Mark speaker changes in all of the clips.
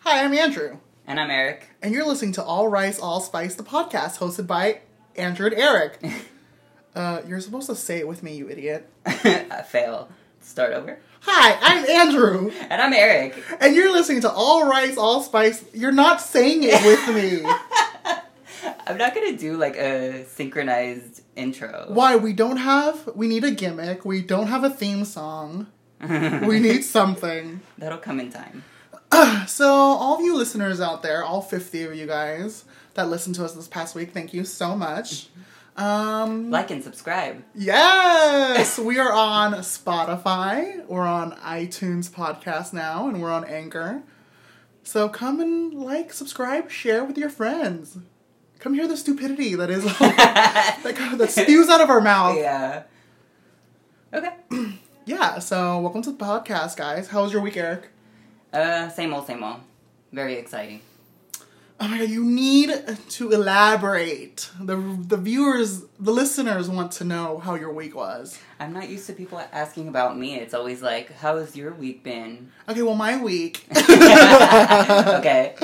Speaker 1: Hi, I'm Andrew,
Speaker 2: And I'm Eric.
Speaker 1: and you're listening to All Rice, All Spice, the podcast hosted by Andrew and Eric. uh, you're supposed to say it with me, you idiot.
Speaker 2: I fail. Start over.
Speaker 1: Hi, I'm Andrew,
Speaker 2: And I'm Eric.
Speaker 1: and you're listening to All Rice, All Spice. You're not saying it with me.
Speaker 2: I'm not gonna do like a synchronized intro.
Speaker 1: Why? We don't have, we need a gimmick. We don't have a theme song. We need something.
Speaker 2: That'll come in time.
Speaker 1: So, all of you listeners out there, all 50 of you guys that listened to us this past week, thank you so much. Um,
Speaker 2: Like and subscribe.
Speaker 1: Yes, we are on Spotify. We're on iTunes podcast now, and we're on Anchor. So come and like, subscribe, share with your friends. Come hear the stupidity that is that, that spews out of our mouth. Yeah.
Speaker 2: Yeah. Okay.
Speaker 1: So welcome to the podcast, guys. How was your week, Eric?
Speaker 2: Uh, same old, same old. Very exciting.
Speaker 1: Oh my god, you need to elaborate. the The viewers, the listeners, want to know how your week was.
Speaker 2: I'm not used to people asking about me. It's always like, "How has your week been?"
Speaker 1: Okay, well, my week.
Speaker 2: okay.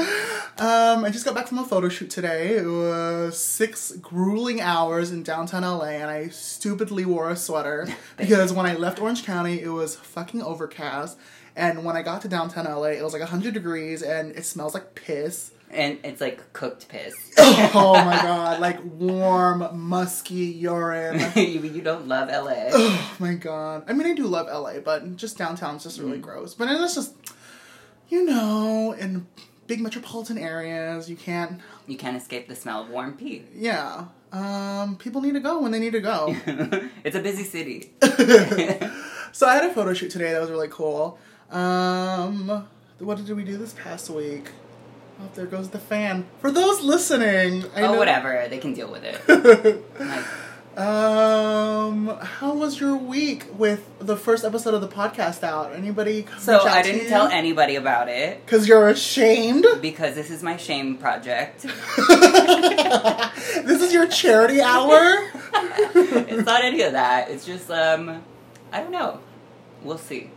Speaker 1: Um, I just got back from a photo shoot today. It was six grueling hours in downtown LA, and I stupidly wore a sweater because when I left Orange County, it was fucking overcast. And when I got to downtown LA, it was like 100 degrees and it smells like piss.
Speaker 2: And it's like cooked piss.
Speaker 1: oh my god, like warm, musky urine.
Speaker 2: you, you don't love LA.
Speaker 1: Oh my god. I mean, I do love LA, but just downtown's just really gross. But it's just, you know, in big metropolitan areas, you can't
Speaker 2: you can't escape the smell of warm pee.
Speaker 1: Yeah. Um, people need to go when they need to go.
Speaker 2: it's a busy city.
Speaker 1: so I had a photo shoot today that was really cool. Um, what did we do this past week? Oh, there goes the fan. For those listening, I
Speaker 2: oh,
Speaker 1: know-
Speaker 2: whatever. They can deal with it. Like,
Speaker 1: um, how was your week with the first episode of the podcast out? Anybody?
Speaker 2: so I didn't tell anybody about it
Speaker 1: because you're ashamed.
Speaker 2: because this is my shame project.
Speaker 1: this is your charity hour.
Speaker 2: it's not any of that. It's just um, I don't know. We'll see.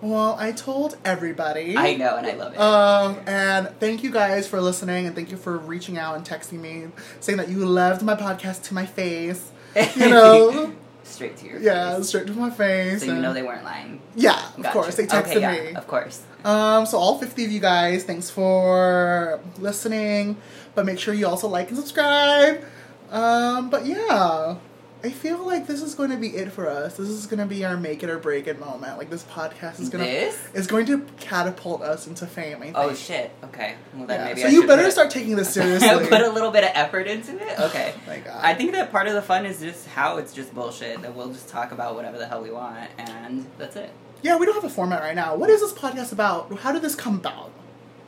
Speaker 1: well, I told everybody.
Speaker 2: I know, and I love it.
Speaker 1: Um, and thank you guys for listening, and thank you for reaching out and texting me, saying that you loved my podcast to my face. You know,
Speaker 2: straight to your
Speaker 1: yeah,
Speaker 2: face.
Speaker 1: straight to my face.
Speaker 2: So you
Speaker 1: and-
Speaker 2: know they weren't lying.
Speaker 1: yeah, of
Speaker 2: Gotcha.
Speaker 1: course they texted
Speaker 2: okay, yeah,
Speaker 1: me.
Speaker 2: Of course.
Speaker 1: Um, so all fifty of you guys, thanks for listening. But make sure you also like and subscribe. Um, but yeah. I feel like this is going to be it for us. This is going to be our make it or break it moment. Like this podcast is going to
Speaker 2: This?
Speaker 1: is going to catapult us into fame. I think.
Speaker 2: Oh shit. Okay. Well then
Speaker 1: Yeah,
Speaker 2: maybe.
Speaker 1: so
Speaker 2: I
Speaker 1: you
Speaker 2: should
Speaker 1: better
Speaker 2: put-
Speaker 1: start taking this seriously.
Speaker 2: put a little bit of effort into it. Okay.
Speaker 1: Oh my God.
Speaker 2: I think that part of the fun is just how it's just bullshit that we'll just talk about whatever the hell we want, and that's it.
Speaker 1: yeah, we don't have a format right now. What is this podcast about? How did this come about?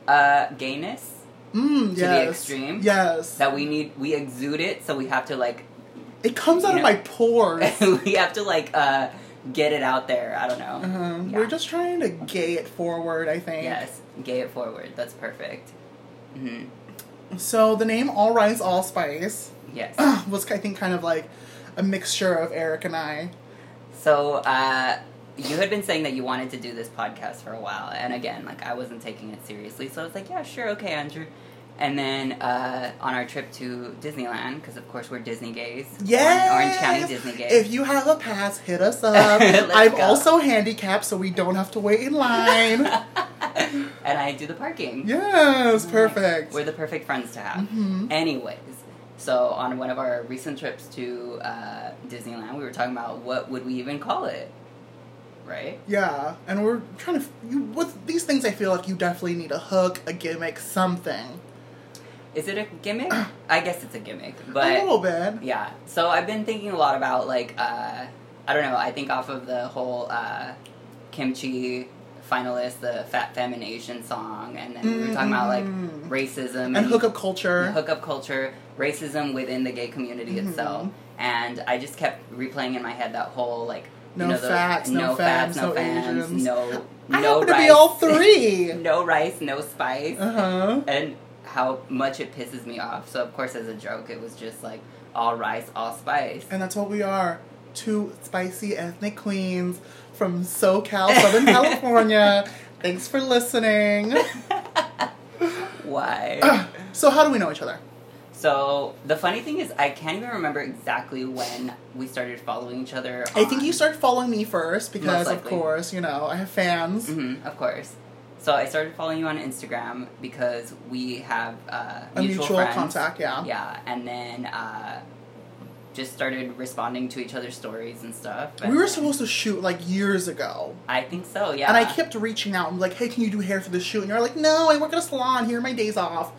Speaker 2: Uh, gayness
Speaker 1: Mm,
Speaker 2: To the
Speaker 1: yes.
Speaker 2: extreme?
Speaker 1: Yes.
Speaker 2: that we need, we exude it, so we have to like,
Speaker 1: it comes out of
Speaker 2: you know.
Speaker 1: my pores. Uh-huh.
Speaker 2: we have to like, uh, get it out there. I don't know.
Speaker 1: Um,
Speaker 2: Yeah.
Speaker 1: We're just trying to gay it forward, I think.
Speaker 2: yes, gay it forward. That's perfect. hmm
Speaker 1: So the name All Rice All Spice
Speaker 2: Yes.
Speaker 1: was, I think, kind of like a mixture of Eric and I.
Speaker 2: So, uh, you had been saying that you wanted to do this podcast for a while, and again, like I wasn't taking it seriously, so I was like, yeah, sure, okay, Andrew. And then uh, on our trip to Disneyland, because of course we're Disney gays,
Speaker 1: Yes!
Speaker 2: Orange County Disney gays.
Speaker 1: If you have a pass, hit us up.
Speaker 2: Let's
Speaker 1: I'm
Speaker 2: go.
Speaker 1: also handicapped, so we don't have to wait in line.
Speaker 2: and I do the parking.
Speaker 1: yes, perfect. Mm-hmm.
Speaker 2: We're the perfect friends to have. Anyways, so on one of our recent trips to uh, Disneyland, we were talking about what would we even call it, right?
Speaker 1: Yeah, and we're trying to. You, with these things, I feel like you definitely need a hook, a gimmick, something.
Speaker 2: Is it a gimmick? I guess it's a gimmick,
Speaker 1: a
Speaker 2: but
Speaker 1: little bit.
Speaker 2: yeah. So I've been thinking a lot about like uh, I don't know. I think off of the whole uh, kimchi finalist, the Fat Femination song, and then we were talking about like
Speaker 1: Mm.
Speaker 2: racism
Speaker 1: And hookup culture.
Speaker 2: hookup culture, racism within the gay community
Speaker 1: Mm-hmm.
Speaker 2: itself. And I just kept replaying in my head that whole like
Speaker 1: No
Speaker 2: you know, the,
Speaker 1: facts, no fans, no
Speaker 2: fans,
Speaker 1: Asians.
Speaker 2: no
Speaker 1: I
Speaker 2: no
Speaker 1: happen
Speaker 2: rice,
Speaker 1: to be all three.
Speaker 2: no rice, no spice,
Speaker 1: uh huh.
Speaker 2: and how much it pisses me off. So of course, as a joke, it was just like all rice, all spice.
Speaker 1: And that's what we are two spicy ethnic queens from SoCal, Southern California. Thanks for listening.
Speaker 2: why.
Speaker 1: So how do we know each other?
Speaker 2: so the funny thing is, I can't even remember exactly when we started following each other.
Speaker 1: I think
Speaker 2: on-
Speaker 1: you started following me first because, of
Speaker 2: likely.
Speaker 1: course, you know I have fans.
Speaker 2: Mhm, of course. So I started following you on Instagram because we have uh,
Speaker 1: A mutual,
Speaker 2: friends.
Speaker 1: contact, yeah.
Speaker 2: Yeah, and then uh, just started responding to each other's stories and stuff.
Speaker 1: We were
Speaker 2: and-
Speaker 1: supposed to shoot like years ago,
Speaker 2: I think so. Yeah.
Speaker 1: and I kept reaching out. I'm like, "Hey, can you do hair for the shoot?" And you're like, "No, I work at a salon. Here are my days off."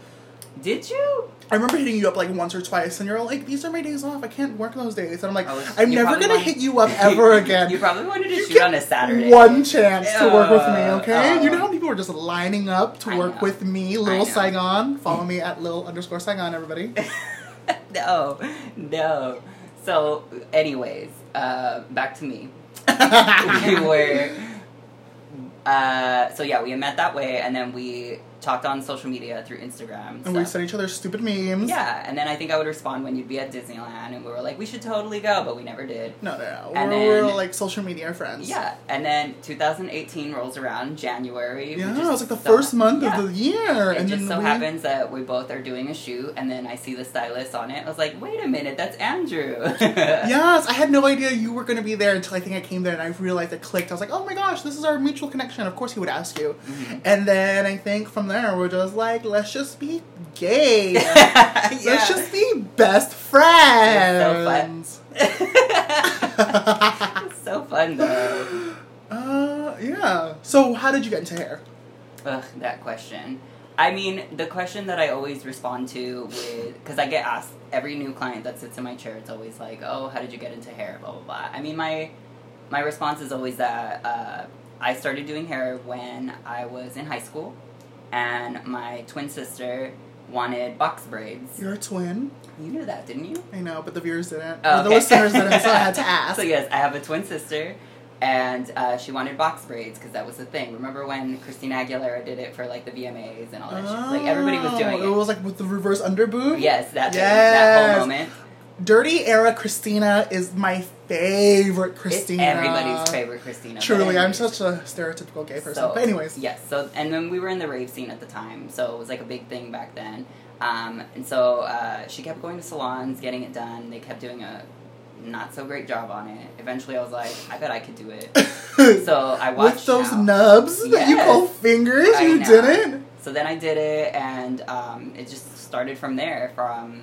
Speaker 2: Did you?
Speaker 1: I remember hitting you up like once or twice, and you're like, "These are my days off. I can't work those days." And I'm like,
Speaker 2: I was-
Speaker 1: "I'm
Speaker 2: you
Speaker 1: never
Speaker 2: probably
Speaker 1: gonna
Speaker 2: wanted-
Speaker 1: hit you up ever again."
Speaker 2: you probably wanted to
Speaker 1: You
Speaker 2: shoot
Speaker 1: get
Speaker 2: on a Saturday.
Speaker 1: One chance to work with me,
Speaker 2: Uh,
Speaker 1: okay?
Speaker 2: uh.
Speaker 1: you know how people were just lining up to
Speaker 2: I
Speaker 1: work
Speaker 2: know.
Speaker 1: with me,
Speaker 2: know.
Speaker 1: Lil Saigon. Follow me at Lil underscore Saigon, everybody.
Speaker 2: no, no. So, anyways, uh, back to me. we were. Uh, so yeah, we had met that way, and then we talked on social media through Instagram.
Speaker 1: and we
Speaker 2: stuff.
Speaker 1: sent each other stupid memes.
Speaker 2: yeah, and then I think I would respond when you'd be at Disneyland, and we were like, we should totally go, but we never did.
Speaker 1: No, no, no.
Speaker 2: And
Speaker 1: We're, we're,
Speaker 2: then-
Speaker 1: like social media friends.
Speaker 2: Yeah, and then 2018 rolls around, January. we
Speaker 1: Yeah,
Speaker 2: just
Speaker 1: it's like the
Speaker 2: so-
Speaker 1: first month
Speaker 2: Yeah.
Speaker 1: of the year.
Speaker 2: It
Speaker 1: and
Speaker 2: just
Speaker 1: then
Speaker 2: so
Speaker 1: we,
Speaker 2: happens that we both are doing a shoot, and then I see the stylist on it. I was like, wait a minute, that's Andrew. yeah.
Speaker 1: Yes, I had no idea you were going to be there until I think I came there and I realized it clicked. I was like, oh my gosh, this is our mutual connection. Of course he would ask you. And then I think from there we're just like, let's just be gay. Let's just be best friends.
Speaker 2: It's It's so fun though.
Speaker 1: uh, yeah. So how did you get into hair?
Speaker 2: Ugh, that question. I mean, the question that I always respond to with because I get asked every new client that sits in my chair. It's always like, "Oh, how did you get into hair?" Blah blah blah. I mean, my my response is always that uh, I started doing hair when I was in high school, and my twin sister wanted box braids.
Speaker 1: You're a twin.
Speaker 2: You knew that, didn't you?
Speaker 1: I know, but the viewers didn't.
Speaker 2: Oh,
Speaker 1: Or the
Speaker 2: okay.
Speaker 1: listeners didn't, so I had to ask.
Speaker 2: So yes, I have a twin sister, and uh, she wanted box braids because that was the thing. Remember when Christina Aguilera did it for like the VMAs and all that? shit? Like everybody was doing
Speaker 1: Oh,
Speaker 2: it.
Speaker 1: was like with the reverse underboob.
Speaker 2: Yes, that that
Speaker 1: Yes.
Speaker 2: whole moment.
Speaker 1: Dirty era Christina is my favorite Christina.
Speaker 2: It's everybody's favorite Christina. but
Speaker 1: Truly, I'm
Speaker 2: anyways.
Speaker 1: such a stereotypical gay person.
Speaker 2: So,
Speaker 1: but anyways,
Speaker 2: yes. So and then we were in the rave scene at the time, so it was like a big thing back then. Um, and so uh, she kept going to salons, getting it done. They kept doing a not so great job on it. Eventually, I was like, I bet I could do it. So I watched
Speaker 1: with those
Speaker 2: now.
Speaker 1: nubs that you
Speaker 2: Yes.
Speaker 1: call fingers,
Speaker 2: I
Speaker 1: you
Speaker 2: know.
Speaker 1: didn't.
Speaker 2: So then I did it, and um, it just started from there. From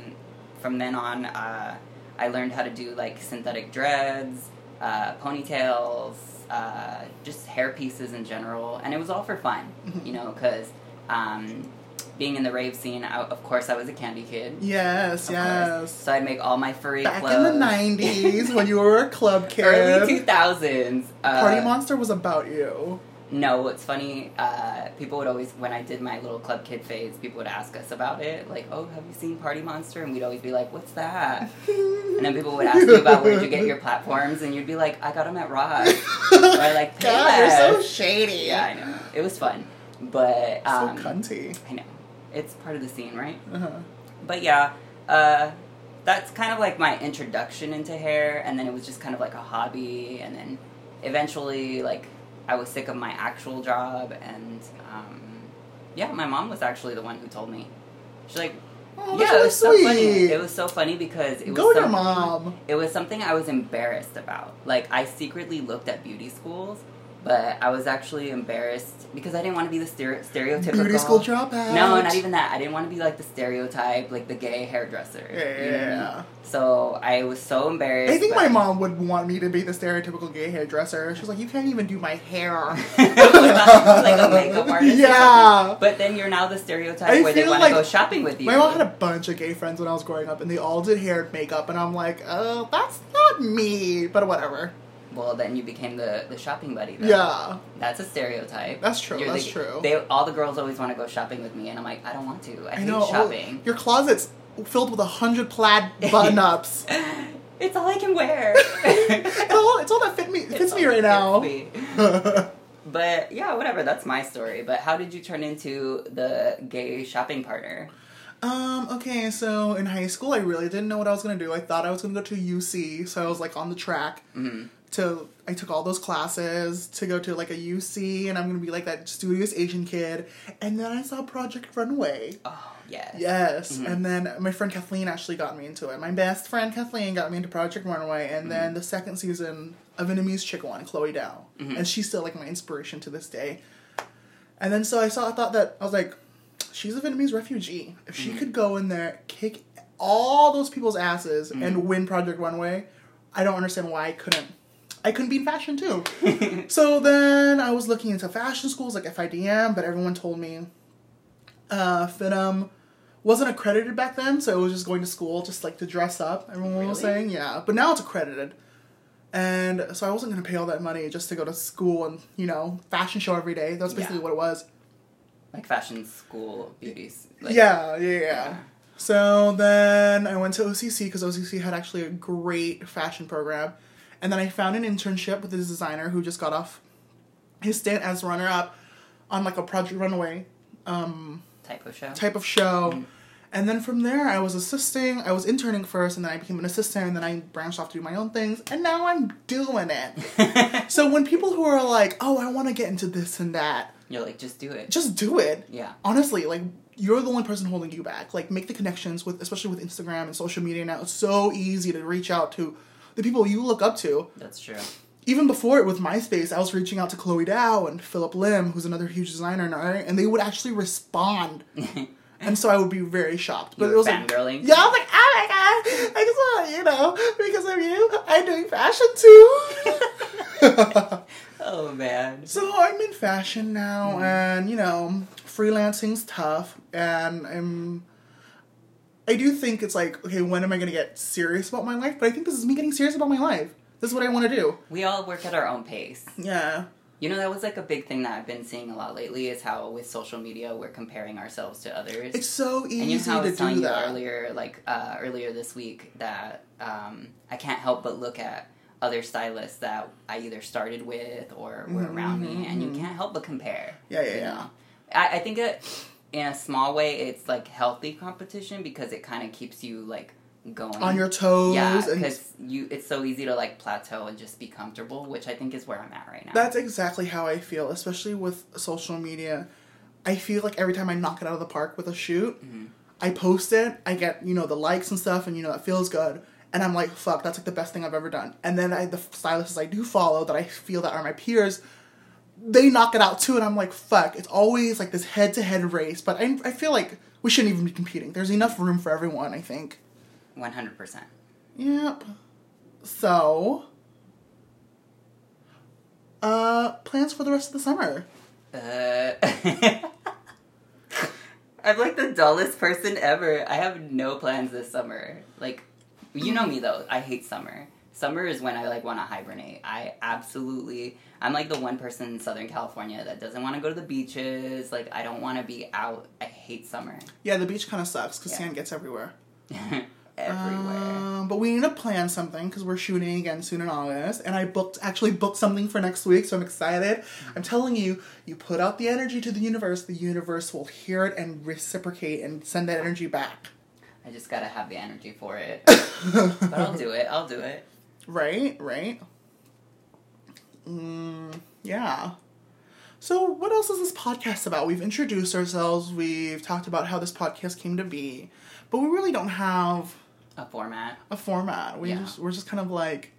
Speaker 2: from then on, uh, I learned how to do like synthetic dreads, uh, ponytails, uh, just hair pieces in general, and it was all for fun,
Speaker 1: Mhm.
Speaker 2: you know, because um, being in the rave scene, I, of course, I was a candy kid.
Speaker 1: Yes,
Speaker 2: of course.
Speaker 1: yes.
Speaker 2: So I'd make all my furry
Speaker 1: Back
Speaker 2: clothes.
Speaker 1: in the '90s, when you were a club kid,
Speaker 2: early two thousands. Uh,
Speaker 1: Party Monster was about you.
Speaker 2: No, it's funny. Uh, people would always, when I did my little club kid phase, people would ask us about it, like, "Oh, have you seen Party Monster?" And we'd always be like, "What's that?" And then people would ask you about where'd you get your platforms, and you'd be like, "I got them at Ross." or like,
Speaker 1: God, you're so
Speaker 2: "Yes."
Speaker 1: shady.
Speaker 2: Yeah, I know. It was fun, but um,
Speaker 1: so cunty.
Speaker 2: I know it's part of the scene, right?
Speaker 1: Uh-huh.
Speaker 2: But yeah, uh, that's kind of like my introduction into hair, and then it was just kind of like a hobby, and then eventually, like, I was sick of my actual job, and um, yeah, my mom was actually the one who told me. She's like,
Speaker 1: Oh, that's
Speaker 2: yeah,
Speaker 1: really
Speaker 2: it was
Speaker 1: sweet.
Speaker 2: so funny. It was so funny because it was
Speaker 1: Go to your
Speaker 2: some-
Speaker 1: mom.
Speaker 2: it was something I was embarrassed about. Like I secretly looked at beauty schools, but I was actually embarrassed because I didn't want to be the stere- stereotypical
Speaker 1: Beauty school dropout.
Speaker 2: no, not even that. I didn't want to be like the stereotype, like the gay hairdresser.
Speaker 1: Yeah.
Speaker 2: You know what I mean? So I was so embarrassed.
Speaker 1: I think my
Speaker 2: but-
Speaker 1: mom would want me to be the stereotypical gay hairdresser. She's like, you can't even do my hair.
Speaker 2: like a makeup artist. or
Speaker 1: Yeah.
Speaker 2: something. But then you're now the stereotype
Speaker 1: I
Speaker 2: where they
Speaker 1: feel
Speaker 2: want
Speaker 1: like-
Speaker 2: to go shopping with you.
Speaker 1: My mom had a bunch of gay friends when I was growing up, and they all did hair and makeup, and I'm like, oh, that's not me. But whatever.
Speaker 2: well, then you became the, the shopping buddy. Though.
Speaker 1: Yeah.
Speaker 2: That's a stereotype.
Speaker 1: That's true,
Speaker 2: You're
Speaker 1: that's
Speaker 2: the-
Speaker 1: true.
Speaker 2: They all the girls always want to go shopping with me, and I'm like, I don't want to. I,
Speaker 1: I
Speaker 2: hate
Speaker 1: know. oh,
Speaker 2: shopping.
Speaker 1: your closet's filled with a hundred plaid button ups.
Speaker 2: It's all I can wear.
Speaker 1: it's, all, it's all that fit me, it fits
Speaker 2: It's
Speaker 1: me
Speaker 2: all
Speaker 1: right
Speaker 2: that
Speaker 1: now.
Speaker 2: fits me. But yeah, whatever. That's my story. But how did you turn into the gay shopping partner?
Speaker 1: Um, okay, so in high school, I really didn't know what I was gonna do. I thought I was gonna go to UC, so I was like on the track. to I took all those classes to go to like a UC and I'm gonna be like that studious Asian kid. And then I saw Project Runway.
Speaker 2: Oh yes.
Speaker 1: Yes. And then my friend Kathleen actually got me into it. My best friend Kathleen got me into Project Runway and then the second season a Vietnamese chick one, Chloe Dow. And she's still like my inspiration to this day. And then so I saw I thought that I was like, she's a Vietnamese refugee. If she could go in there, kick all those people's asses and win Project Runway, I don't understand why I couldn't I couldn't be in fashion too. so then I was looking into fashion schools like FIDM, but everyone told me uh, FIDM wasn't accredited back then, so it was just going to school just like to dress up. Everyone was
Speaker 2: Really?
Speaker 1: saying, yeah, but now it's accredited. And so I wasn't gonna pay all that money just to go to school and you know fashion show every day. That's basically
Speaker 2: Yeah.
Speaker 1: what it was.
Speaker 2: Like fashion school beauties. Like,
Speaker 1: yeah, yeah, yeah,
Speaker 2: yeah.
Speaker 1: So then I went to OCC because OCC had actually a great fashion program, and then I found an internship with this designer who just got off his stint as runner up on like a Project Runway
Speaker 2: Type of show.
Speaker 1: type of show.
Speaker 2: Mm-hmm.
Speaker 1: And then from there, I was assisting. I was interning first, and then I became an assistant, and then I branched off to do my own things, and now I'm doing it. so when people who are like, "Oh, I want to get into this and that,"
Speaker 2: You're like, just do it.
Speaker 1: just do it.
Speaker 2: Yeah.
Speaker 1: Honestly, like you're the only person holding you back. Like make the connections with especially with Instagram and social media now. It's so easy to reach out to the people you look up to.
Speaker 2: That's true.
Speaker 1: Even before it with MySpace, I was reaching out to Chloe Dow and Philip Lim, who's another huge designer and art, and they would actually respond. and so I would be very shocked. But
Speaker 2: You
Speaker 1: it
Speaker 2: were
Speaker 1: was like
Speaker 2: fangirling.
Speaker 1: yeah, I was like, oh my god, I just want you know, because of you, I'm doing fashion too.
Speaker 2: Oh man.
Speaker 1: So I'm in fashion now,
Speaker 2: Mm-hmm.
Speaker 1: and you know, freelancing's tough, and I'm. I do think it's like, okay, when am I gonna get serious about my life? But I think this is me getting serious about my life. This is what I want to do.
Speaker 2: We all work at our own pace.
Speaker 1: Yeah.
Speaker 2: You know, that was like a big thing that I've been seeing a lot lately is how with social media we're comparing ourselves to others.
Speaker 1: It's so easy
Speaker 2: and you know how I
Speaker 1: to
Speaker 2: was telling
Speaker 1: do
Speaker 2: you
Speaker 1: that.
Speaker 2: earlier, like uh, earlier this week, that um, I can't help but look at other stylists that I either started with or were around me, and you can't help but compare.
Speaker 1: Yeah, Mm-hmm, yeah,
Speaker 2: you
Speaker 1: yeah.
Speaker 2: know? I, I think that in a small way, it's like healthy competition because it kind of keeps you like going
Speaker 1: On your toes.
Speaker 2: yeah,
Speaker 1: and
Speaker 2: because you it's so easy to like plateau and just be comfortable, which I think is where I'm at right now.
Speaker 1: that's exactly how I feel, especially with social media. I feel like every time I knock it out of the park with a shoot, I post it, I get, you know, the likes and stuff, and, you know, it feels good. And I'm like, fuck, that's like the best thing I've ever done. And then I, the stylists I do follow that I feel that are my peers, they knock it out too, and I'm like, fuck, it's always like this head to head race. But I, I feel like we shouldn't even be competing. There's enough room for everyone, I think.
Speaker 2: One hundred percent.
Speaker 1: Yep. So, uh, plans for the rest of the summer.
Speaker 2: Uh, I'm like the dullest person ever. I have no plans this summer. Like, you know me though. I hate summer. Summer is when I like want to hibernate. I absolutely. I'm like the one person in Southern California that doesn't want to go to the beaches. Like, I don't want to be out. I hate summer
Speaker 1: Yeah, the beach kind of sucks because
Speaker 2: Yeah.
Speaker 1: sand gets everywhere.
Speaker 2: everywhere.
Speaker 1: Um, but we need to plan something because we're shooting again soon in August, and I booked actually booked something for next week, so I'm excited. I'm telling you, you put out the energy to the universe, the universe will hear it and reciprocate and send that energy back.
Speaker 2: I just gotta have the energy for it. but I'll do it. I'll do it.
Speaker 1: Right, right. Mm, yeah. So, what else is this podcast about? We've introduced ourselves, we've talked about how this podcast came to be, but we really don't have
Speaker 2: A format.
Speaker 1: a format. We
Speaker 2: Yeah.
Speaker 1: just, we're just kind of like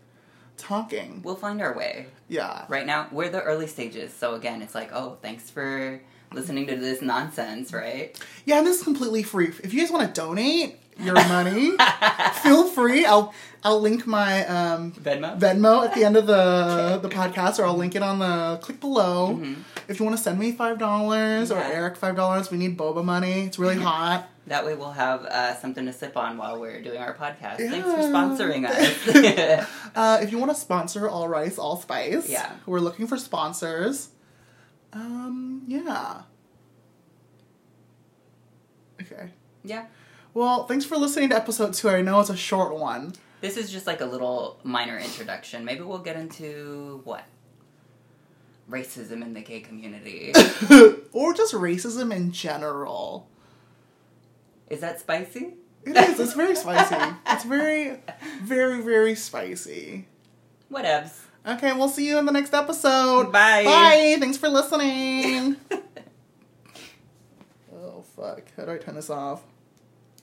Speaker 1: talking.
Speaker 2: We'll find our way.
Speaker 1: Yeah.
Speaker 2: right now we're the early stages so again it's like oh thanks for listening to this nonsense right
Speaker 1: Yeah, and this is completely free. If you guys want to donate your money, feel free. I'll I'll link my um,
Speaker 2: venmo
Speaker 1: Venmo at the end of the the podcast, or I'll link it on the click below. If you want to send me five dollars or
Speaker 2: Mm-hmm. Yeah. Mm-hmm.
Speaker 1: Eric five dollars, we need boba money. It's really hot.
Speaker 2: that way we'll have uh, something to sip on while we're doing our podcast thanks for
Speaker 1: Yeah.
Speaker 2: sponsoring us
Speaker 1: Uh, if you want to sponsor All Rice All Spice,
Speaker 2: Yeah.
Speaker 1: we're looking for sponsors. Um, yeah. Okay.
Speaker 2: yeah
Speaker 1: Well, thanks for listening to episode two. I know it's a short one.
Speaker 2: this is just like a little minor introduction maybe we'll get into what racism in the gay community
Speaker 1: or just racism in general.
Speaker 2: is that spicy
Speaker 1: It is. It's very spicy. It's very, very, very spicy.
Speaker 2: whatevs
Speaker 1: Okay, we'll see you in the next episode.
Speaker 2: Bye.
Speaker 1: Bye. Thanks for listening. oh, fuck. How do I turn this off?